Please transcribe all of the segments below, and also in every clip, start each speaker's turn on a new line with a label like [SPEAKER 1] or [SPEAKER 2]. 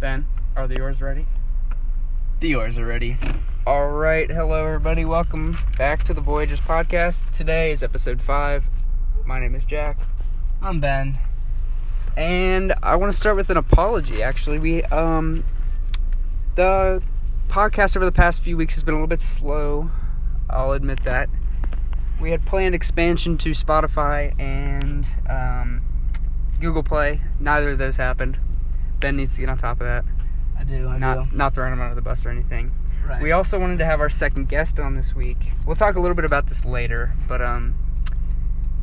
[SPEAKER 1] Ben, are the yours ready?
[SPEAKER 2] The yours are ready.
[SPEAKER 1] All right, hello everybody. Welcome back to the Voyagers podcast. Today is episode five. My name is Jack,
[SPEAKER 2] I'm Ben.
[SPEAKER 1] and I want to start with an apology. Actually, we um, the podcast over the past few weeks has been a little bit slow. I'll admit that. We had planned expansion to Spotify and um, Google Play. Neither of those happened. Ben needs to get on top of that.
[SPEAKER 2] I do. I
[SPEAKER 1] Not not throwing him under the bus or anything.
[SPEAKER 2] do. Right.
[SPEAKER 1] We also wanted to have our second guest on this week. We'll talk a little bit about this later, but um,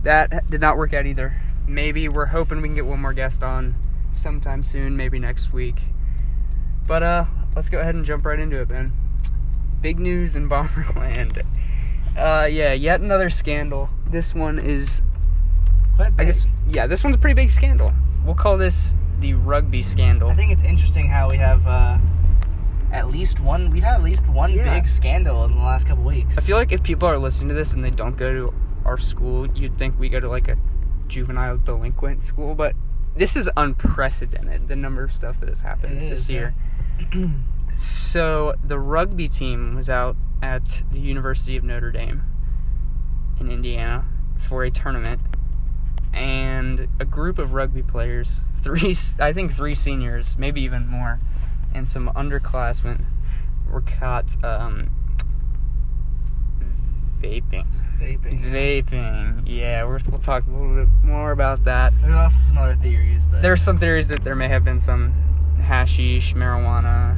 [SPEAKER 1] that did not work out either. Maybe we're hoping we can get one more guest on sometime soon, maybe next week. But uh, let's go ahead and jump right into it, Ben. Big news in Bomberland. Uh, yeah, yet another scandal. This one is,
[SPEAKER 2] Quite
[SPEAKER 1] I
[SPEAKER 2] big.
[SPEAKER 1] guess, yeah, this one's a pretty big scandal. We'll call this the rugby scandal.
[SPEAKER 2] I think it's interesting how we have uh, at least one. We've had at least one
[SPEAKER 1] Yeah.
[SPEAKER 2] big scandal in the last couple weeks.
[SPEAKER 1] I feel like if people are listening to this and they don't go to our school, you'd think we go to like a juvenile delinquent school, but this is unprecedented the number of stuff that has happened
[SPEAKER 2] It
[SPEAKER 1] this
[SPEAKER 2] is,
[SPEAKER 1] year. so the rugby team was out at the University of Notre Dame in Indiana for a tournament and a group of rugby players, three I think three seniors, maybe even more, and some underclassmen were caught um, vaping. Mm-hmm.
[SPEAKER 2] vaping.
[SPEAKER 1] Vaping. Yeah, we're, we'll talk a little bit more about that.
[SPEAKER 2] There's also some other theories, but
[SPEAKER 1] There are some theories that there may have been some hashish, marijuana,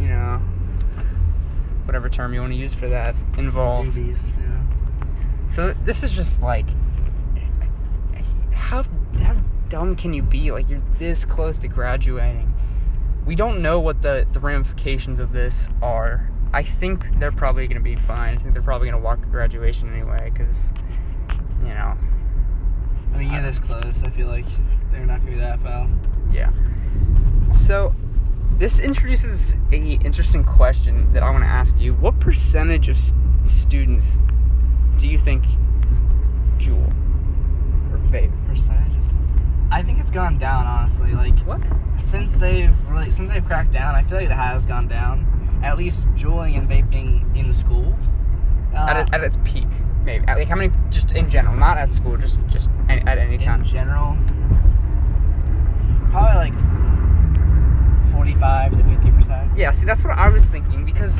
[SPEAKER 1] you know, whatever term you want to use for that
[SPEAKER 2] some
[SPEAKER 1] involved.
[SPEAKER 2] doobies, yeah.
[SPEAKER 1] So this is just like, how how dumb can you be? Like you're this close to graduating. We don't know what the the ramifications of this are. I think they're probably going to be fine. I think they're probably going to walk graduation anyway, because you know,
[SPEAKER 2] I mean, you're this close. I feel like they're not gonna be that foul.
[SPEAKER 1] yeah. So this introduces a interesting question that I want to ask you. What percentage of s- students do you think jewel or vape?
[SPEAKER 2] Percentages. I think it's gone down, honestly. Like
[SPEAKER 1] What?
[SPEAKER 2] since they've really since they've cracked down, I feel like it has gone down. At least juuling and vaping in school. Uh,
[SPEAKER 1] at, it, at its peak, maybe. At, like how many? Just in general, not at school. Just just at, at any time.
[SPEAKER 2] in general, probably like forty-five to fifty percent.
[SPEAKER 1] Yeah. See, that's what I was thinking because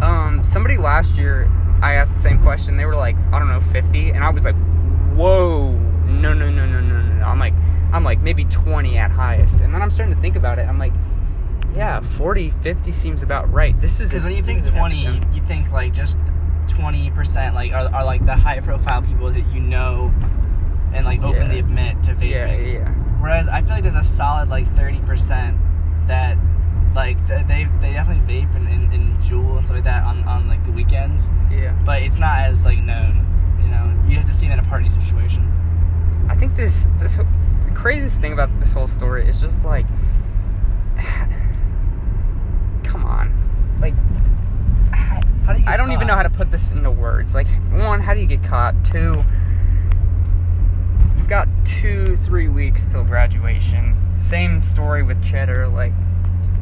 [SPEAKER 1] um, somebody last year I asked the same question. They were like, I don't know, fifty, and I was like, whoa, no, no, no, no, no, no. no. I'm like, I'm like maybe twenty at highest, and then I'm starting to think about it. I'm like, yeah, 40, 50 seems about right. This is
[SPEAKER 2] Because when you
[SPEAKER 1] this
[SPEAKER 2] think
[SPEAKER 1] is an
[SPEAKER 2] twenty,
[SPEAKER 1] epidemic.
[SPEAKER 2] you think like just twenty percent, like are, are like the high-profile people that you know, and like openly
[SPEAKER 1] Yeah.
[SPEAKER 2] admit to vaping.
[SPEAKER 1] Yeah, yeah.
[SPEAKER 2] Whereas I feel like there's a solid like thirty percent that like th- they they definitely vape and, and, and jewel and stuff like that on, on like the weekends,
[SPEAKER 1] Yeah.
[SPEAKER 2] but it's not as like known. You know, you have to see it in a party situation.
[SPEAKER 1] I think this this whole- the craziest thing about this whole story is just like, come on, like
[SPEAKER 2] How do you?
[SPEAKER 1] I don't even know how to put this into words. Like one, how do you get caught? Two, you've got two three weeks till graduation. Same story with Cheddar. Like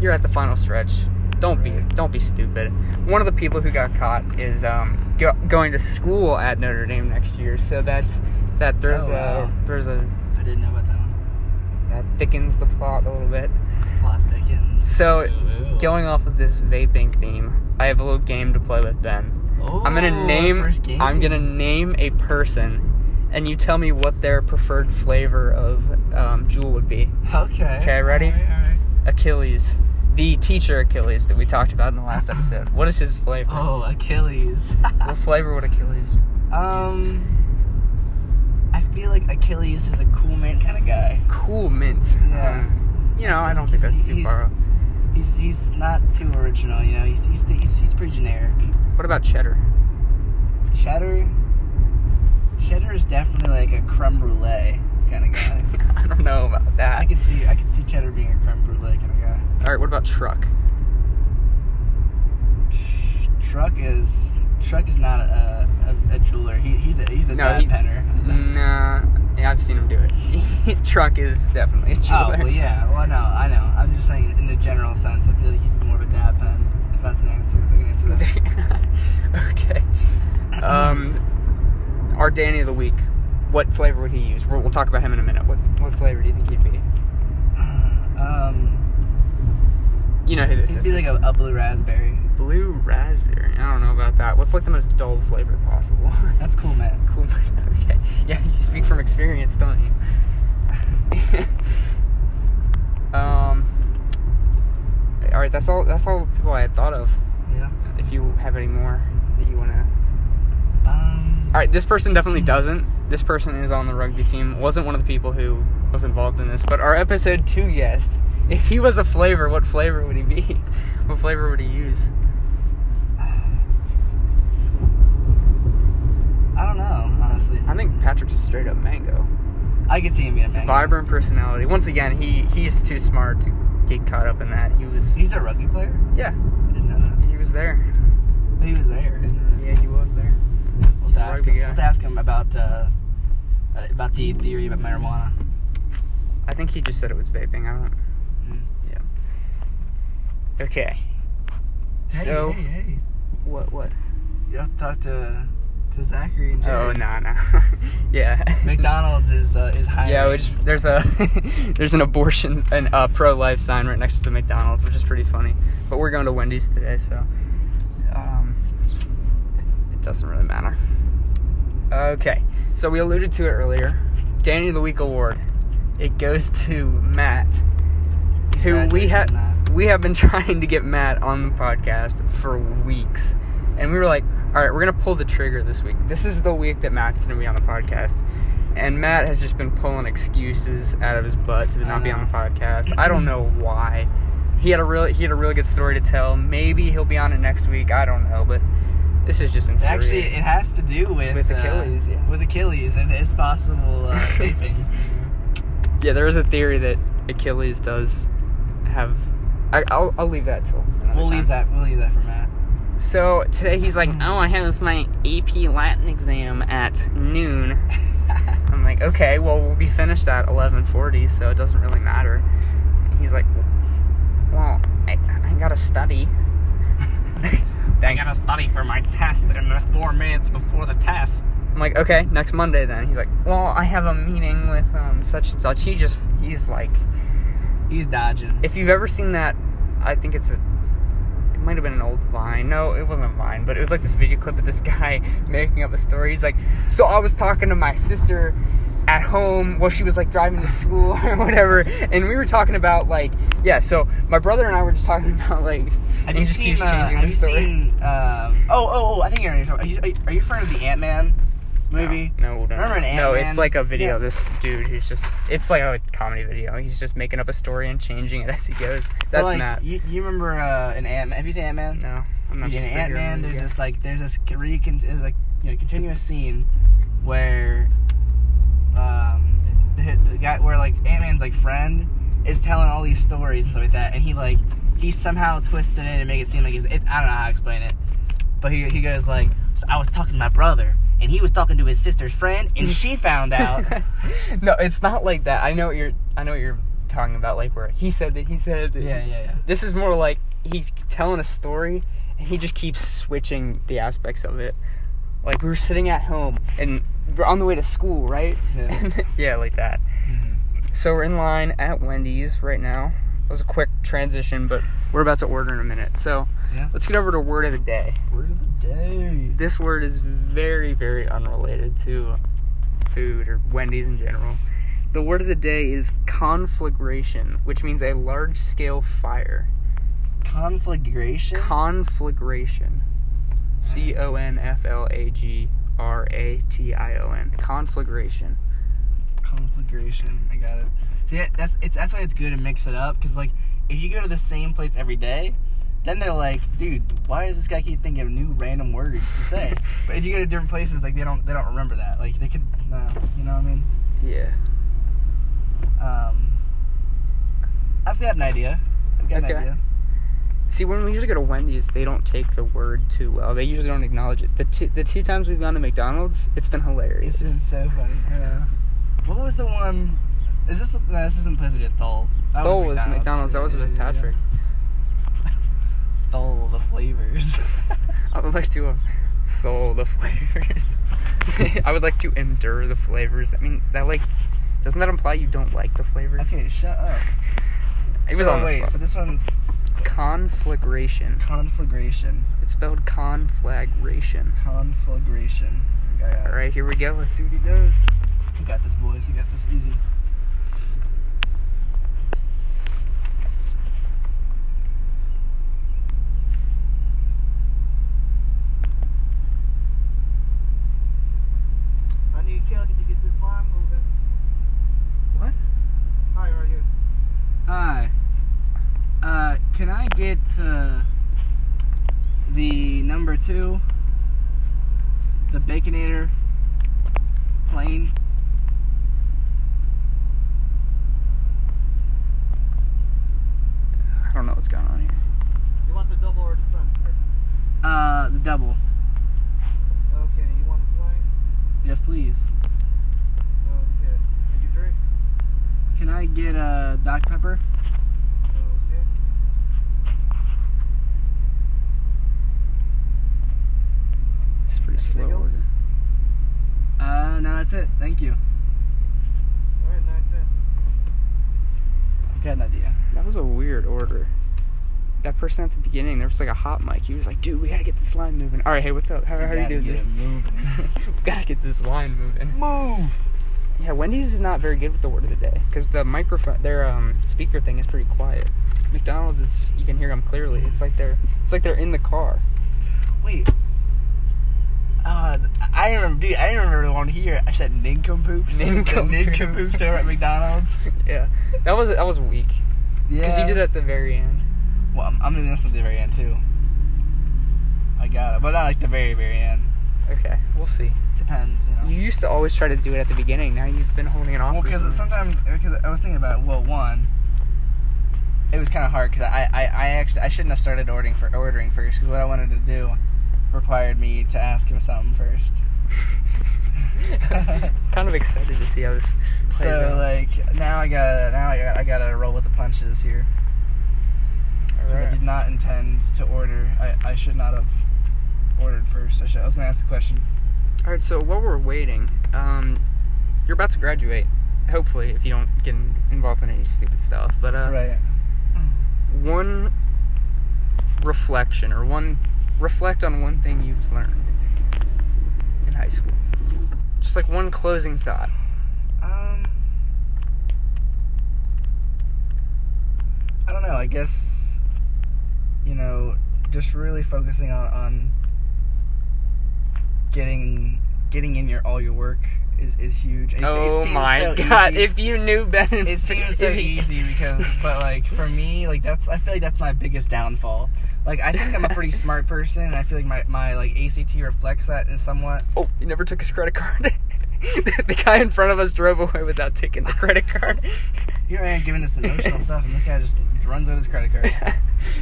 [SPEAKER 1] you're at the final stretch. Don't be don't be stupid. One of the people who got caught is um, go, going to school at Notre Dame next year. So that's that there's
[SPEAKER 2] Oh, wow.
[SPEAKER 1] a there's a
[SPEAKER 2] I didn't know about that one.
[SPEAKER 1] that thickens the plot a little bit.
[SPEAKER 2] Plot thickens.
[SPEAKER 1] So,
[SPEAKER 2] Ooh.
[SPEAKER 1] going off of this vaping theme, I have a little game to play with Ben.
[SPEAKER 2] Ooh,
[SPEAKER 1] I'm gonna
[SPEAKER 2] our
[SPEAKER 1] name.
[SPEAKER 2] Oh, first game.
[SPEAKER 1] I'm gonna name a person, and you tell me what their preferred flavor of um, Jewel would be.
[SPEAKER 2] Okay.
[SPEAKER 1] Okay, ready?
[SPEAKER 2] All right, all right.
[SPEAKER 1] Achilles, the teacher Achilles that we talked about in the last episode. What is his flavor?
[SPEAKER 2] Oh, Achilles.
[SPEAKER 1] What flavor would Achilles?
[SPEAKER 2] um, I feel like Achilles is a cool man kind of guy.
[SPEAKER 1] Cool mint.
[SPEAKER 2] Yeah.
[SPEAKER 1] Um, you know, I don't think that's too
[SPEAKER 2] He's-
[SPEAKER 1] far. off.
[SPEAKER 2] He's he's not too original, you know. He's he's he's, he's pretty generic.
[SPEAKER 1] What about cheddar?
[SPEAKER 2] Cheddar. Cheddar is definitely like a creme brulee kind of guy.
[SPEAKER 1] I don't know about
[SPEAKER 2] I
[SPEAKER 1] that.
[SPEAKER 2] could see I could see cheddar being a creme brulee kind of guy.
[SPEAKER 1] All right, what about truck?
[SPEAKER 2] Truck is truck is not a, a, a jeweler. He, he's a he's a
[SPEAKER 1] No,
[SPEAKER 2] dad
[SPEAKER 1] he- Mm-hmm.
[SPEAKER 2] penner.
[SPEAKER 1] Nah, yeah, I've seen him do it. Truck is definitely a
[SPEAKER 2] Oh
[SPEAKER 1] jeweler.
[SPEAKER 2] well, yeah. Well, no, I know. I'm just saying in the general sense. I feel like he'd be more of a dad pen. If that's an answer, if I can answer that.
[SPEAKER 1] okay. Um, our Danny of the week. What flavor would he use? We'll, we'll talk about him in a minute. What what flavor do you think he'd be?
[SPEAKER 2] um,
[SPEAKER 1] You know who this
[SPEAKER 2] it'd
[SPEAKER 1] is.
[SPEAKER 2] be like a, a blue raspberry.
[SPEAKER 1] blue raspberry. I don't know about that. What's like the most dull flavor possible?
[SPEAKER 2] That's cool, man.
[SPEAKER 1] cool. Okay. Yeah, you speak from experience, don't you? um. All right. That's all. That's all the people I had thought of.
[SPEAKER 2] Yeah.
[SPEAKER 1] If you have any more that you wanna.
[SPEAKER 2] Um.
[SPEAKER 1] All right. This person definitely doesn't. This person is on the rugby team. Wasn't one of the people who was involved in this. But our episode two guest, if he was a flavor, what flavor would he be? What flavor would he use?
[SPEAKER 2] I don't know, honestly.
[SPEAKER 1] I think Patrick's straight up mango.
[SPEAKER 2] I could see him being a man.
[SPEAKER 1] vibrant personality. Once again, he he's too smart to get caught up in that. He was
[SPEAKER 2] He's a rugby player.
[SPEAKER 1] yeah,
[SPEAKER 2] I didn't know that.
[SPEAKER 1] he was there.
[SPEAKER 2] But he was there. Didn't
[SPEAKER 1] Yeah, he was there.
[SPEAKER 2] I? We'll have
[SPEAKER 1] He's
[SPEAKER 2] to
[SPEAKER 1] a
[SPEAKER 2] ask
[SPEAKER 1] rugby
[SPEAKER 2] him.
[SPEAKER 1] guy.
[SPEAKER 2] We'll have to ask him about uh, uh, about the theory about marijuana.
[SPEAKER 1] I think he just said it was vaping. I don't.
[SPEAKER 2] Mm.
[SPEAKER 1] Yeah. Okay. So what what?
[SPEAKER 2] you have to talk to to Zachary and
[SPEAKER 1] Oh
[SPEAKER 2] Jerry.
[SPEAKER 1] no no. yeah.
[SPEAKER 2] McDonald's is uh, is hiring.
[SPEAKER 1] Yeah, which there's a there's an abortion and uh, pro-life sign right next to the McDonald's, which is pretty funny. But we're going to Wendy's today, so um, it doesn't really matter. Okay, so we alluded to it earlier. Danny of the Week award. It goes to Matt, who we
[SPEAKER 2] Congratulations,
[SPEAKER 1] have
[SPEAKER 2] Matt.
[SPEAKER 1] we have been trying to get Matt on the podcast for weeks, and we were like, all right, we're gonna pull the trigger this week. This is the week that Matt's gonna be on the podcast. And Matt has just been pulling excuses out of his butt to not be on the podcast. I don't know why. He had a really he had a really good story to tell. Maybe he'll be on it next week. I don't know, but this is just infuriating.
[SPEAKER 2] Actually, it has to do with
[SPEAKER 1] With
[SPEAKER 2] uh,
[SPEAKER 1] Achilles, yeah.
[SPEAKER 2] with Achilles and his possible uh, vaping.
[SPEAKER 1] Yeah, there is a theory that Achilles does have. I, I'll, I'll leave that till. another
[SPEAKER 2] we'll leave
[SPEAKER 1] time.
[SPEAKER 2] that. We'll leave that for Matt.
[SPEAKER 1] So today he's like, "Oh, I have my AP Latin exam at noon." I'm like, "Okay, well we'll be finished at 11:40, so it doesn't really matter." And he's like, "Well, I, I gotta study." Thanks.
[SPEAKER 2] study for my test in the four minutes before the test.
[SPEAKER 1] I'm like, "Okay, next Monday then." He's like, "Well, I have a meeting with um such and such." He just he's like
[SPEAKER 2] He's dodging.
[SPEAKER 1] if you've ever seen that, I think it's a. It might have been an old Vine. No, it wasn't a Vine, but it was like this video clip of this guy making up a story. He's like, so I was talking to my sister at home while she was like driving to school or whatever, and we were talking about like, yeah. So my brother and I were just talking about like.
[SPEAKER 2] Have
[SPEAKER 1] he
[SPEAKER 2] you
[SPEAKER 1] just
[SPEAKER 2] seen?
[SPEAKER 1] keeps
[SPEAKER 2] uh,
[SPEAKER 1] changing
[SPEAKER 2] have
[SPEAKER 1] the
[SPEAKER 2] you
[SPEAKER 1] story.
[SPEAKER 2] seen? Um, oh, oh, oh! I think you're. Are you, are you, are you referring to the Ant Man movie?
[SPEAKER 1] No, no, no.
[SPEAKER 2] Remember an
[SPEAKER 1] no
[SPEAKER 2] Ant-Man?
[SPEAKER 1] it's like a video.
[SPEAKER 2] Yeah.
[SPEAKER 1] of This dude who's just—it's like a comedy video. He's just making up a story and changing it as he goes.
[SPEAKER 2] But,
[SPEAKER 1] That's
[SPEAKER 2] like,
[SPEAKER 1] Matt.
[SPEAKER 2] You, you remember uh, an Ant Man? Have you seen Ant Man?
[SPEAKER 1] No, I'm not.
[SPEAKER 2] in
[SPEAKER 1] superhero
[SPEAKER 2] Ant Man,
[SPEAKER 1] movie
[SPEAKER 2] there's
[SPEAKER 1] guy.
[SPEAKER 2] this like there's this re- con- there's like you know continuous scene where um the, the guy where like Ant Man's like friend is telling all these stories and stuff like that, and he like he somehow twists it in and make it seem like he's it's, I don't know how to explain it, but he he goes like so I was talking to my brother. And he was talking to his sister's friend, and she found out.
[SPEAKER 1] no, it's not like that. I know what you're. I know what you're talking about. Like where he said that he said that.
[SPEAKER 2] yeah, yeah.
[SPEAKER 1] This is more like he's telling a story, and he just keeps switching the aspects of it. Like we were sitting at home, and we're on the way to school, right?
[SPEAKER 2] Yeah.
[SPEAKER 1] yeah, like that.
[SPEAKER 2] Mhm.
[SPEAKER 1] So we're in line at Wendy's right now. It was a quick transition, but we're about to order in a minute. So
[SPEAKER 2] Yeah.
[SPEAKER 1] let's get over to word of the day.
[SPEAKER 2] Word of the day.
[SPEAKER 1] This word is very, very unrelated to food or Wendy's in general. The word of the day is conflagration, which means a large scale fire.
[SPEAKER 2] Conflagration.
[SPEAKER 1] Conflagration. C O N F L A G R A T I O N. Conflagration.
[SPEAKER 2] Conflagration. I got it. See, that- that's it's, that's why it's good to mix it up because like if you go to the same place every day, then they're like, dude, why does this guy keep thinking of new random words to say? but if you go to different places, like they don't they don't remember that. Like they could, no, you know what I mean?
[SPEAKER 1] Yeah.
[SPEAKER 2] Um, I've got an idea. I've got
[SPEAKER 1] Okay.
[SPEAKER 2] an idea.
[SPEAKER 1] See, when we usually go to Wendy's, they don't take the word too well. They usually don't acknowledge it. The, two the two times we've gone to McDonald's, it's been hilarious.
[SPEAKER 2] It's been so funny. I know. What was the one? Is this? the- No, this isn't the place we did Thole. That
[SPEAKER 1] Dole was McDonald's. That was
[SPEAKER 2] Yeah,
[SPEAKER 1] with
[SPEAKER 2] yeah, yeah.
[SPEAKER 1] Patrick.
[SPEAKER 2] flavors.
[SPEAKER 1] I would like to uh, soul the flavors. I would like to endure the flavors. I mean, that like doesn't that imply you don't like the flavors?
[SPEAKER 2] okay, shut up.
[SPEAKER 1] It was
[SPEAKER 2] so,
[SPEAKER 1] on the
[SPEAKER 2] wait,
[SPEAKER 1] spot.
[SPEAKER 2] so this one's
[SPEAKER 1] Conflagration.
[SPEAKER 2] conflagration.
[SPEAKER 1] It's spelled conflagration.
[SPEAKER 2] Conflagration. I got it.
[SPEAKER 1] All right, here we go. Let's see what he does.
[SPEAKER 2] You got this, boys. You got this easy.
[SPEAKER 3] I need Kel. Did you get this line moving?
[SPEAKER 1] What?
[SPEAKER 3] Hi, how are you?
[SPEAKER 2] Hi. Uh, can I get uh, the number two, the Baconator plane?
[SPEAKER 1] I don't know what's going on here.
[SPEAKER 3] You want the double or the sun, sir?
[SPEAKER 2] Uh, the double.
[SPEAKER 3] Okay. You want the plane?
[SPEAKER 2] Yes, please.
[SPEAKER 3] Okay. And you drink?
[SPEAKER 2] Can I get a Dr Pepper?
[SPEAKER 3] Okay.
[SPEAKER 1] It's pretty slow.
[SPEAKER 3] Anything else?
[SPEAKER 1] order.
[SPEAKER 2] Uh, no, that's it. Thank you.
[SPEAKER 3] All right, nine ten.
[SPEAKER 2] I've got an idea.
[SPEAKER 1] That was a weird order. That person at the beginning, there was like a hot mic. He was like, "Dude, we gotta get this line moving." All right, hey, what's up? How, how are you doing?
[SPEAKER 2] Get
[SPEAKER 1] Dude?
[SPEAKER 2] it moving.
[SPEAKER 1] gotta get this line moving.
[SPEAKER 2] Move.
[SPEAKER 1] Yeah, Wendy's is not very good with the word of the day because the microphone, their um, speaker thing is pretty quiet. McDonald's, it's you can hear them clearly. It's like they're it's like they're in the car.
[SPEAKER 2] Wait. Uh, I remember, dude. I remember the one here. I said nincompoops.
[SPEAKER 1] Nincompoop.
[SPEAKER 2] The nincompoops over at McDonald's.
[SPEAKER 1] Yeah, that was that was weak
[SPEAKER 2] Yeah.
[SPEAKER 1] because you did it at the very end.
[SPEAKER 2] Well, I'm, I'm doing this at the very end too. I got it, but not like the very very end.
[SPEAKER 1] Okay, we'll see.
[SPEAKER 2] Depends, you know.
[SPEAKER 1] You used to always try to do it at the beginning. Now you've been holding it off.
[SPEAKER 2] Well, because
[SPEAKER 1] recently.
[SPEAKER 2] sometimes, because I was thinking about it. Well, one, it was kind of hard because I, I, I actually I shouldn't have started ordering for ordering first because what I wanted to do required me to ask him something first.
[SPEAKER 1] kind of excited to see how this plays
[SPEAKER 2] so
[SPEAKER 1] out.
[SPEAKER 2] like now I got to now I got I got to roll with the punches here. 'Cause I
[SPEAKER 1] Alright.
[SPEAKER 2] did not intend to order. I, I should not have ordered first. I should. I was gonna ask the question.
[SPEAKER 1] All right, so while we're waiting, um, you're about to graduate, hopefully, if you don't get in- involved in any stupid stuff. But uh,
[SPEAKER 2] Right.
[SPEAKER 1] one reflection or one reflect on one thing you've learned in high school. Just like one closing thought.
[SPEAKER 2] Um, I don't know. I guess you know, just really focusing on on getting getting in your all your work is is huge. It's-
[SPEAKER 1] oh
[SPEAKER 2] seems
[SPEAKER 1] my
[SPEAKER 2] so
[SPEAKER 1] god!
[SPEAKER 2] easy.
[SPEAKER 1] If you knew better,
[SPEAKER 2] it seems so
[SPEAKER 1] if you-
[SPEAKER 2] easy because, but like for me, like that's I feel like that's my biggest downfall. Like I think I'm a pretty smart person, and I feel like my my like ACT reflects that in somewhat.
[SPEAKER 1] Oh, you never took his credit card. the guy in front of us drove away without taking the credit card.
[SPEAKER 2] Here I am giving this emotional stuff, and the guy just runs with his credit card.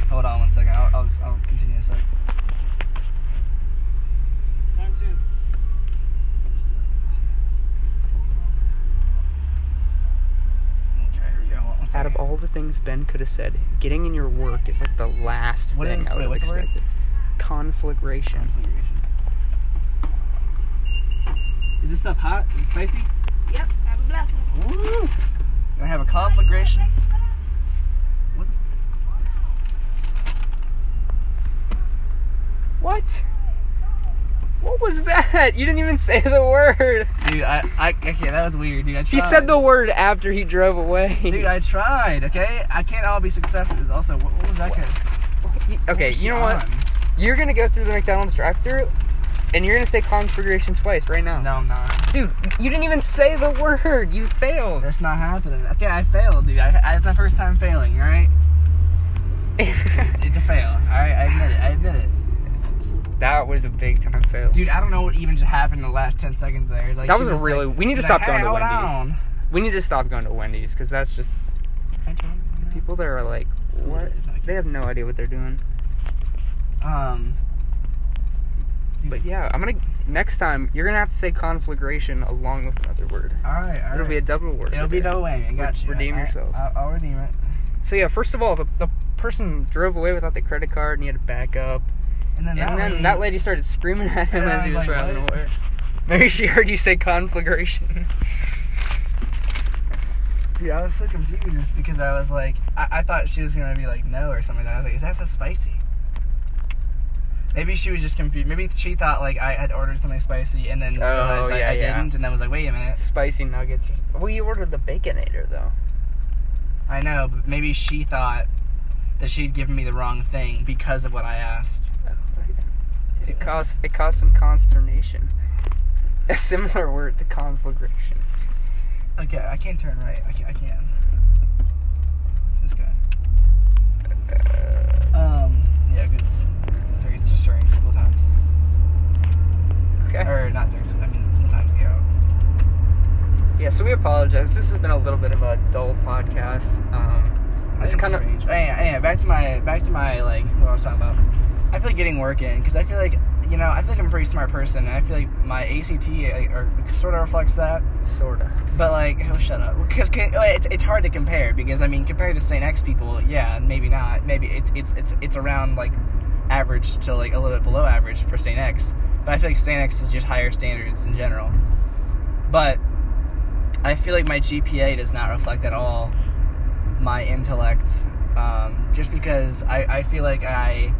[SPEAKER 2] Hold on one second. I'll, I'll, I'll continue this. Like,
[SPEAKER 3] Nine ten.
[SPEAKER 2] okay, here we go. Hold on one
[SPEAKER 1] Out of
[SPEAKER 2] second.
[SPEAKER 1] all the things Ben could have said, getting in your work is like the last
[SPEAKER 2] What
[SPEAKER 1] thing
[SPEAKER 2] is-
[SPEAKER 1] I would
[SPEAKER 2] wait,
[SPEAKER 1] have
[SPEAKER 2] what's the word?
[SPEAKER 1] expected. Conflagration.
[SPEAKER 2] Is this stuff hot? Is it spicy?
[SPEAKER 4] Yep, have a blessed one.
[SPEAKER 2] Woo! Gonna have a conflagration.
[SPEAKER 1] What? What was that? You didn't even say the word.
[SPEAKER 2] Dude, I, I, okay, that was weird, dude. I tried.
[SPEAKER 1] He said the word after he drove away.
[SPEAKER 2] Dude, I tried. Okay, I can't all be successes. Also, what, what was that? guy- what
[SPEAKER 1] okay,
[SPEAKER 2] was she
[SPEAKER 1] you know what?
[SPEAKER 2] on?
[SPEAKER 1] You're gonna go through the McDonald's drive-through, and you're gonna say conflagration twice right now.
[SPEAKER 2] No, I'm not.
[SPEAKER 1] Dude, you didn't even say the word. You failed.
[SPEAKER 2] That's not happening. Okay, I failed, dude. I, I, it's my first time failing. All right, it's a fail. All right, I admit it. I admit it.
[SPEAKER 1] that was a big time fail.
[SPEAKER 2] Dude, I don't know what even just happened in the last ten seconds there. Like
[SPEAKER 1] That
[SPEAKER 2] she
[SPEAKER 1] was a
[SPEAKER 2] just,
[SPEAKER 1] really-
[SPEAKER 2] like,
[SPEAKER 1] we need to
[SPEAKER 2] was
[SPEAKER 1] stop
[SPEAKER 2] like,
[SPEAKER 1] going to
[SPEAKER 2] "Hey, hold
[SPEAKER 1] Wendy's."
[SPEAKER 2] on."
[SPEAKER 1] We need to stop going to Wendy's because that's just
[SPEAKER 2] I told you, you
[SPEAKER 1] people that are like,
[SPEAKER 2] know,
[SPEAKER 1] what?
[SPEAKER 2] it's not
[SPEAKER 1] They have no idea what they're doing.
[SPEAKER 2] cute. Um,
[SPEAKER 1] But yeah, I'm gonna next time you're gonna have to say conflagration along with another word.
[SPEAKER 2] all right, all right.
[SPEAKER 1] It'll be a double word.
[SPEAKER 2] It'll be
[SPEAKER 1] Okay.
[SPEAKER 2] double whammy. I got you.
[SPEAKER 1] Redeem
[SPEAKER 2] All right,
[SPEAKER 1] yourself.
[SPEAKER 2] I'll, I'll redeem it.
[SPEAKER 1] So yeah, first of all, the, the person drove away without the credit card and he had to back up.
[SPEAKER 2] And then
[SPEAKER 1] And,
[SPEAKER 2] that
[SPEAKER 1] then
[SPEAKER 2] lady,
[SPEAKER 1] that lady started screaming at him
[SPEAKER 2] Yeah,
[SPEAKER 1] as
[SPEAKER 2] I
[SPEAKER 1] he was
[SPEAKER 2] was like,
[SPEAKER 1] driving
[SPEAKER 2] what?
[SPEAKER 1] away. Maybe she heard you say conflagration.
[SPEAKER 2] Dude, I was so confused just because I was like, I, I thought she was gonna be like no or something. Like that. I was like, is that so spicy? Maybe she was just confused. Maybe she thought like I had ordered something spicy and then
[SPEAKER 1] Oh,
[SPEAKER 2] realized I-
[SPEAKER 1] yeah,
[SPEAKER 2] I,
[SPEAKER 1] yeah.
[SPEAKER 2] didn't, and then was like, wait a minute,
[SPEAKER 1] Spicy nuggets. Or, well, you ordered the baconator though.
[SPEAKER 2] I know. But maybe she thought that she'd given me the wrong thing because of what I asked.
[SPEAKER 1] It caused it caused some consternation. A similar word to conflagration.
[SPEAKER 2] Okay, I can't turn right. I can. I can. This guy. Um. Yeah, because it's just during school times.
[SPEAKER 1] Okay.
[SPEAKER 2] Or not during school. I mean, school times go.
[SPEAKER 1] Yeah, so we apologize. This has been a little bit of a dull podcast. Um,
[SPEAKER 2] I
[SPEAKER 1] it's
[SPEAKER 2] think Oh,
[SPEAKER 1] kind of
[SPEAKER 2] strange. Anyway, anyway, back to my back to my like what I was talking about. I feel like getting work in because I feel like you know I feel like I'm a pretty smart person and I feel like my ACT like, or sort of reflects that.
[SPEAKER 1] sorta.
[SPEAKER 2] But like, oh shut up, because it's, it's hard to compare because I mean compared to St. X people, yeah, maybe not. Maybe it's it's it's it's around like average to like a little bit below average for St. X. But I feel like St. X is just higher standards in general. But I feel like my GPA does not reflect at all my intellect, um, just because I, I feel like I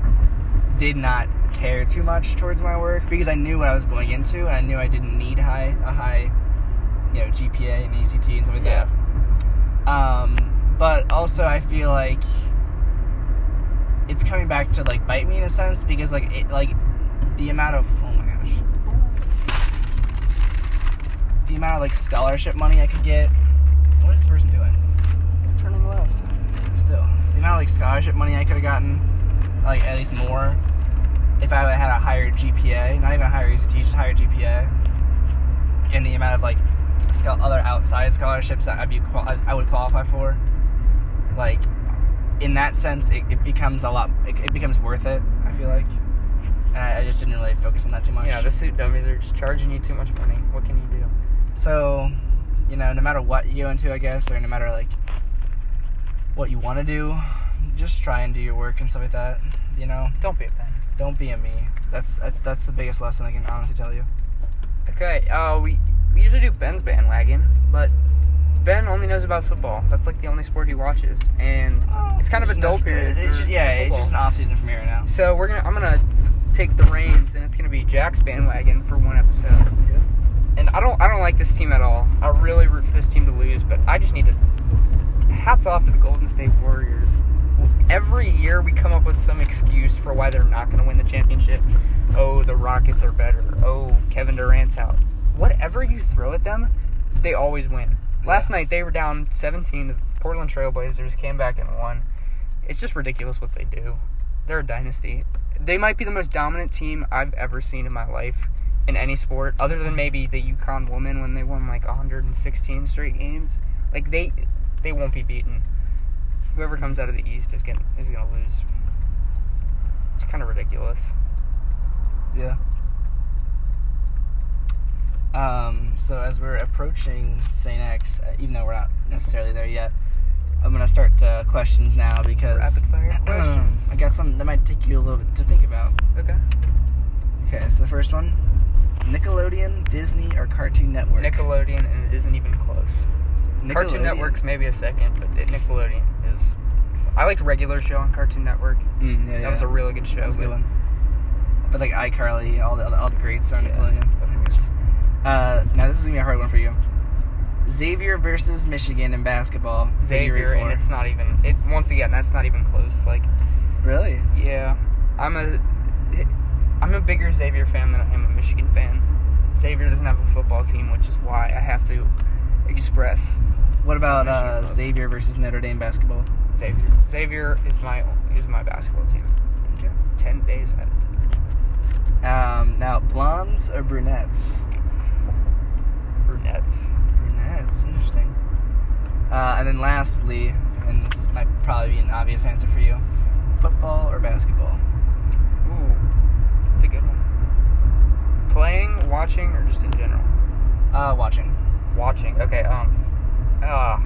[SPEAKER 2] did not care too much towards my work because I knew what I was going into and I knew I didn't need high a high you know GPA and ECT and stuff like
[SPEAKER 1] Yeah.
[SPEAKER 2] that. Um, but also I feel like it's coming back to like bite me in a sense because like it like the amount of oh my gosh the amount of like scholarship money I could get. What is the person doing?
[SPEAKER 1] Turning left.
[SPEAKER 2] still the amount of like scholarship money I could have gotten, like at least more, if I had a higher GPA, not even a higher ECT, just a higher GPA, and the amount of like scho- other outside scholarships that I'd be qual- I I would qualify for, like in that sense, it, it becomes a lot. It, it becomes worth it. I feel like, and I, I just didn't really focus on that too much.
[SPEAKER 1] Yeah, the suit dummies are just charging you too much money. What can you do?
[SPEAKER 2] So, you know, no matter what you go into, I guess, or no matter like what you want to do, just try and do your work and stuff like that. You know,
[SPEAKER 1] Don't be a pain.
[SPEAKER 2] don't be a me. That's that's, that's the biggest lesson I can honestly tell you.
[SPEAKER 1] Okay, uh, we we usually do Ben's bandwagon, but Ben only knows about football. That's like the only sport he watches, and it's kind of a
[SPEAKER 2] Just
[SPEAKER 1] dull
[SPEAKER 2] enough-
[SPEAKER 1] period.
[SPEAKER 2] It's
[SPEAKER 1] for
[SPEAKER 2] just, yeah, it's
[SPEAKER 1] football.
[SPEAKER 2] just an off season for me right now.
[SPEAKER 1] So we're gonna I'm gonna take the reins, and it's gonna be Jack's bandwagon for one episode. And I don't I don't like this team at all. I really root for this team to lose, but I just need to. Hats off to the Golden State Warriors. Every year we come up with some excuse for why they're not gonna win the championship. Oh, the Rockets are better. Oh, Kevin Durant's out. Whatever you throw at them, they always win. Last night they were down 17. The Portland Trailblazers came back and won. It's just ridiculous what they do. They're a dynasty. They might be the most dominant team I've ever seen in my life in any sport, other than maybe the Yukon women when they won like 116 straight games. Like they, they won't be beaten. Whoever comes out of the East is gonna is gonna lose. It's kind of ridiculous.
[SPEAKER 2] Yeah. Um, so as we're approaching St. X, uh, even though we're not necessarily there yet, I'm gonna start uh, questions now because
[SPEAKER 1] Rapid fire questions.
[SPEAKER 2] I got some that might take you a little bit to think about.
[SPEAKER 1] Okay.
[SPEAKER 2] Okay, so the first one Nickelodeon, Disney, or Cartoon Network?
[SPEAKER 1] Nickelodeon and it isn't even close. Cartoon
[SPEAKER 2] Nickelodeon.
[SPEAKER 1] Network's maybe a second, but it- Nickelodeon is. I liked regular show on Cartoon Network.
[SPEAKER 2] Mm, yeah, yeah.
[SPEAKER 1] That was a really good show.
[SPEAKER 2] That was a
[SPEAKER 1] but-
[SPEAKER 2] good one. But like iCarly, all the all the greats are on
[SPEAKER 1] Yeah,
[SPEAKER 2] Nickelodeon.
[SPEAKER 1] of course.
[SPEAKER 2] Uh, now this is gonna be a hard one for you. Xavier versus Michigan in basketball. Who do you root
[SPEAKER 1] Xavier, and
[SPEAKER 2] for?
[SPEAKER 1] it's not even. It once again, that's not even close. Like,
[SPEAKER 2] really
[SPEAKER 1] yeah, I'm a, I'm a bigger Xavier fan than I am a Michigan fan. Xavier doesn't have a football team, which is why I have to express
[SPEAKER 2] What about uh,
[SPEAKER 1] Michigan love.
[SPEAKER 2] Xavier versus Notre Dame basketball?
[SPEAKER 1] Xavier. Xavier is my is my basketball team.
[SPEAKER 2] Okay.
[SPEAKER 1] Ten days out of ten.
[SPEAKER 2] Um, now blondes or brunettes?
[SPEAKER 1] Brunettes.
[SPEAKER 2] Brunettes, interesting. Uh, and then lastly, and this might probably be an obvious answer for you, football or basketball?
[SPEAKER 1] Ooh, that's a good one. Playing, watching, or just in general?
[SPEAKER 2] Uh, watching.
[SPEAKER 1] Watching. Okay. Um. Ah.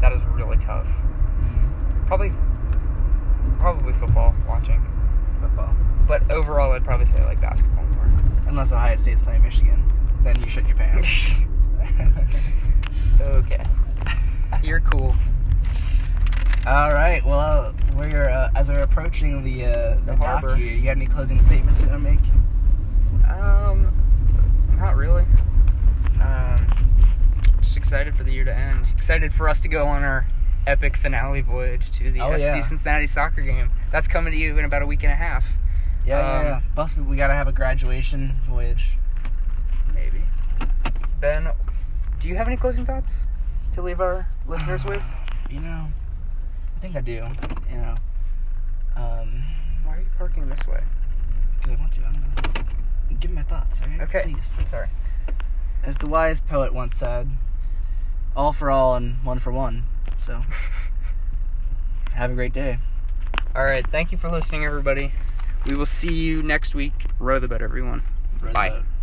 [SPEAKER 1] that is really tough. Probably probably football watching.
[SPEAKER 2] Football.
[SPEAKER 1] But overall, I'd probably say I like basketball more.
[SPEAKER 2] Unless Ohio State's playing Michigan, then you shit your pants.
[SPEAKER 1] okay. You're cool.
[SPEAKER 2] All right. Well, we're uh, as we're approaching the uh, the, dock
[SPEAKER 1] harbor.
[SPEAKER 2] here. You got any closing statements you want to make?
[SPEAKER 1] Um, not really. Um, just excited for the year to end. Excited for us to go on our epic finale voyage to the
[SPEAKER 2] Oh,
[SPEAKER 1] FC
[SPEAKER 2] yeah.
[SPEAKER 1] Cincinnati soccer game. That's coming to you in about a week and a half,
[SPEAKER 2] Yeah, yeah,
[SPEAKER 1] Um,
[SPEAKER 2] yeah. Plus, we, we gotta have a graduation voyage.
[SPEAKER 1] maybe. Ben, do you have any closing thoughts to leave our listeners with?
[SPEAKER 2] You know, I think I do. You know, um,
[SPEAKER 1] Why are you parking this way?
[SPEAKER 2] because I want to. I don't know. Give me my thoughts. Okay.
[SPEAKER 1] Okay.
[SPEAKER 2] Please.
[SPEAKER 1] Sorry.
[SPEAKER 2] As the wise poet once said, "All for all and one for one." So, have a great day.
[SPEAKER 1] All right. Thank you for listening, everybody. We will see you next week. Row the boat, everyone.
[SPEAKER 2] Row the
[SPEAKER 1] Bye.
[SPEAKER 2] boat.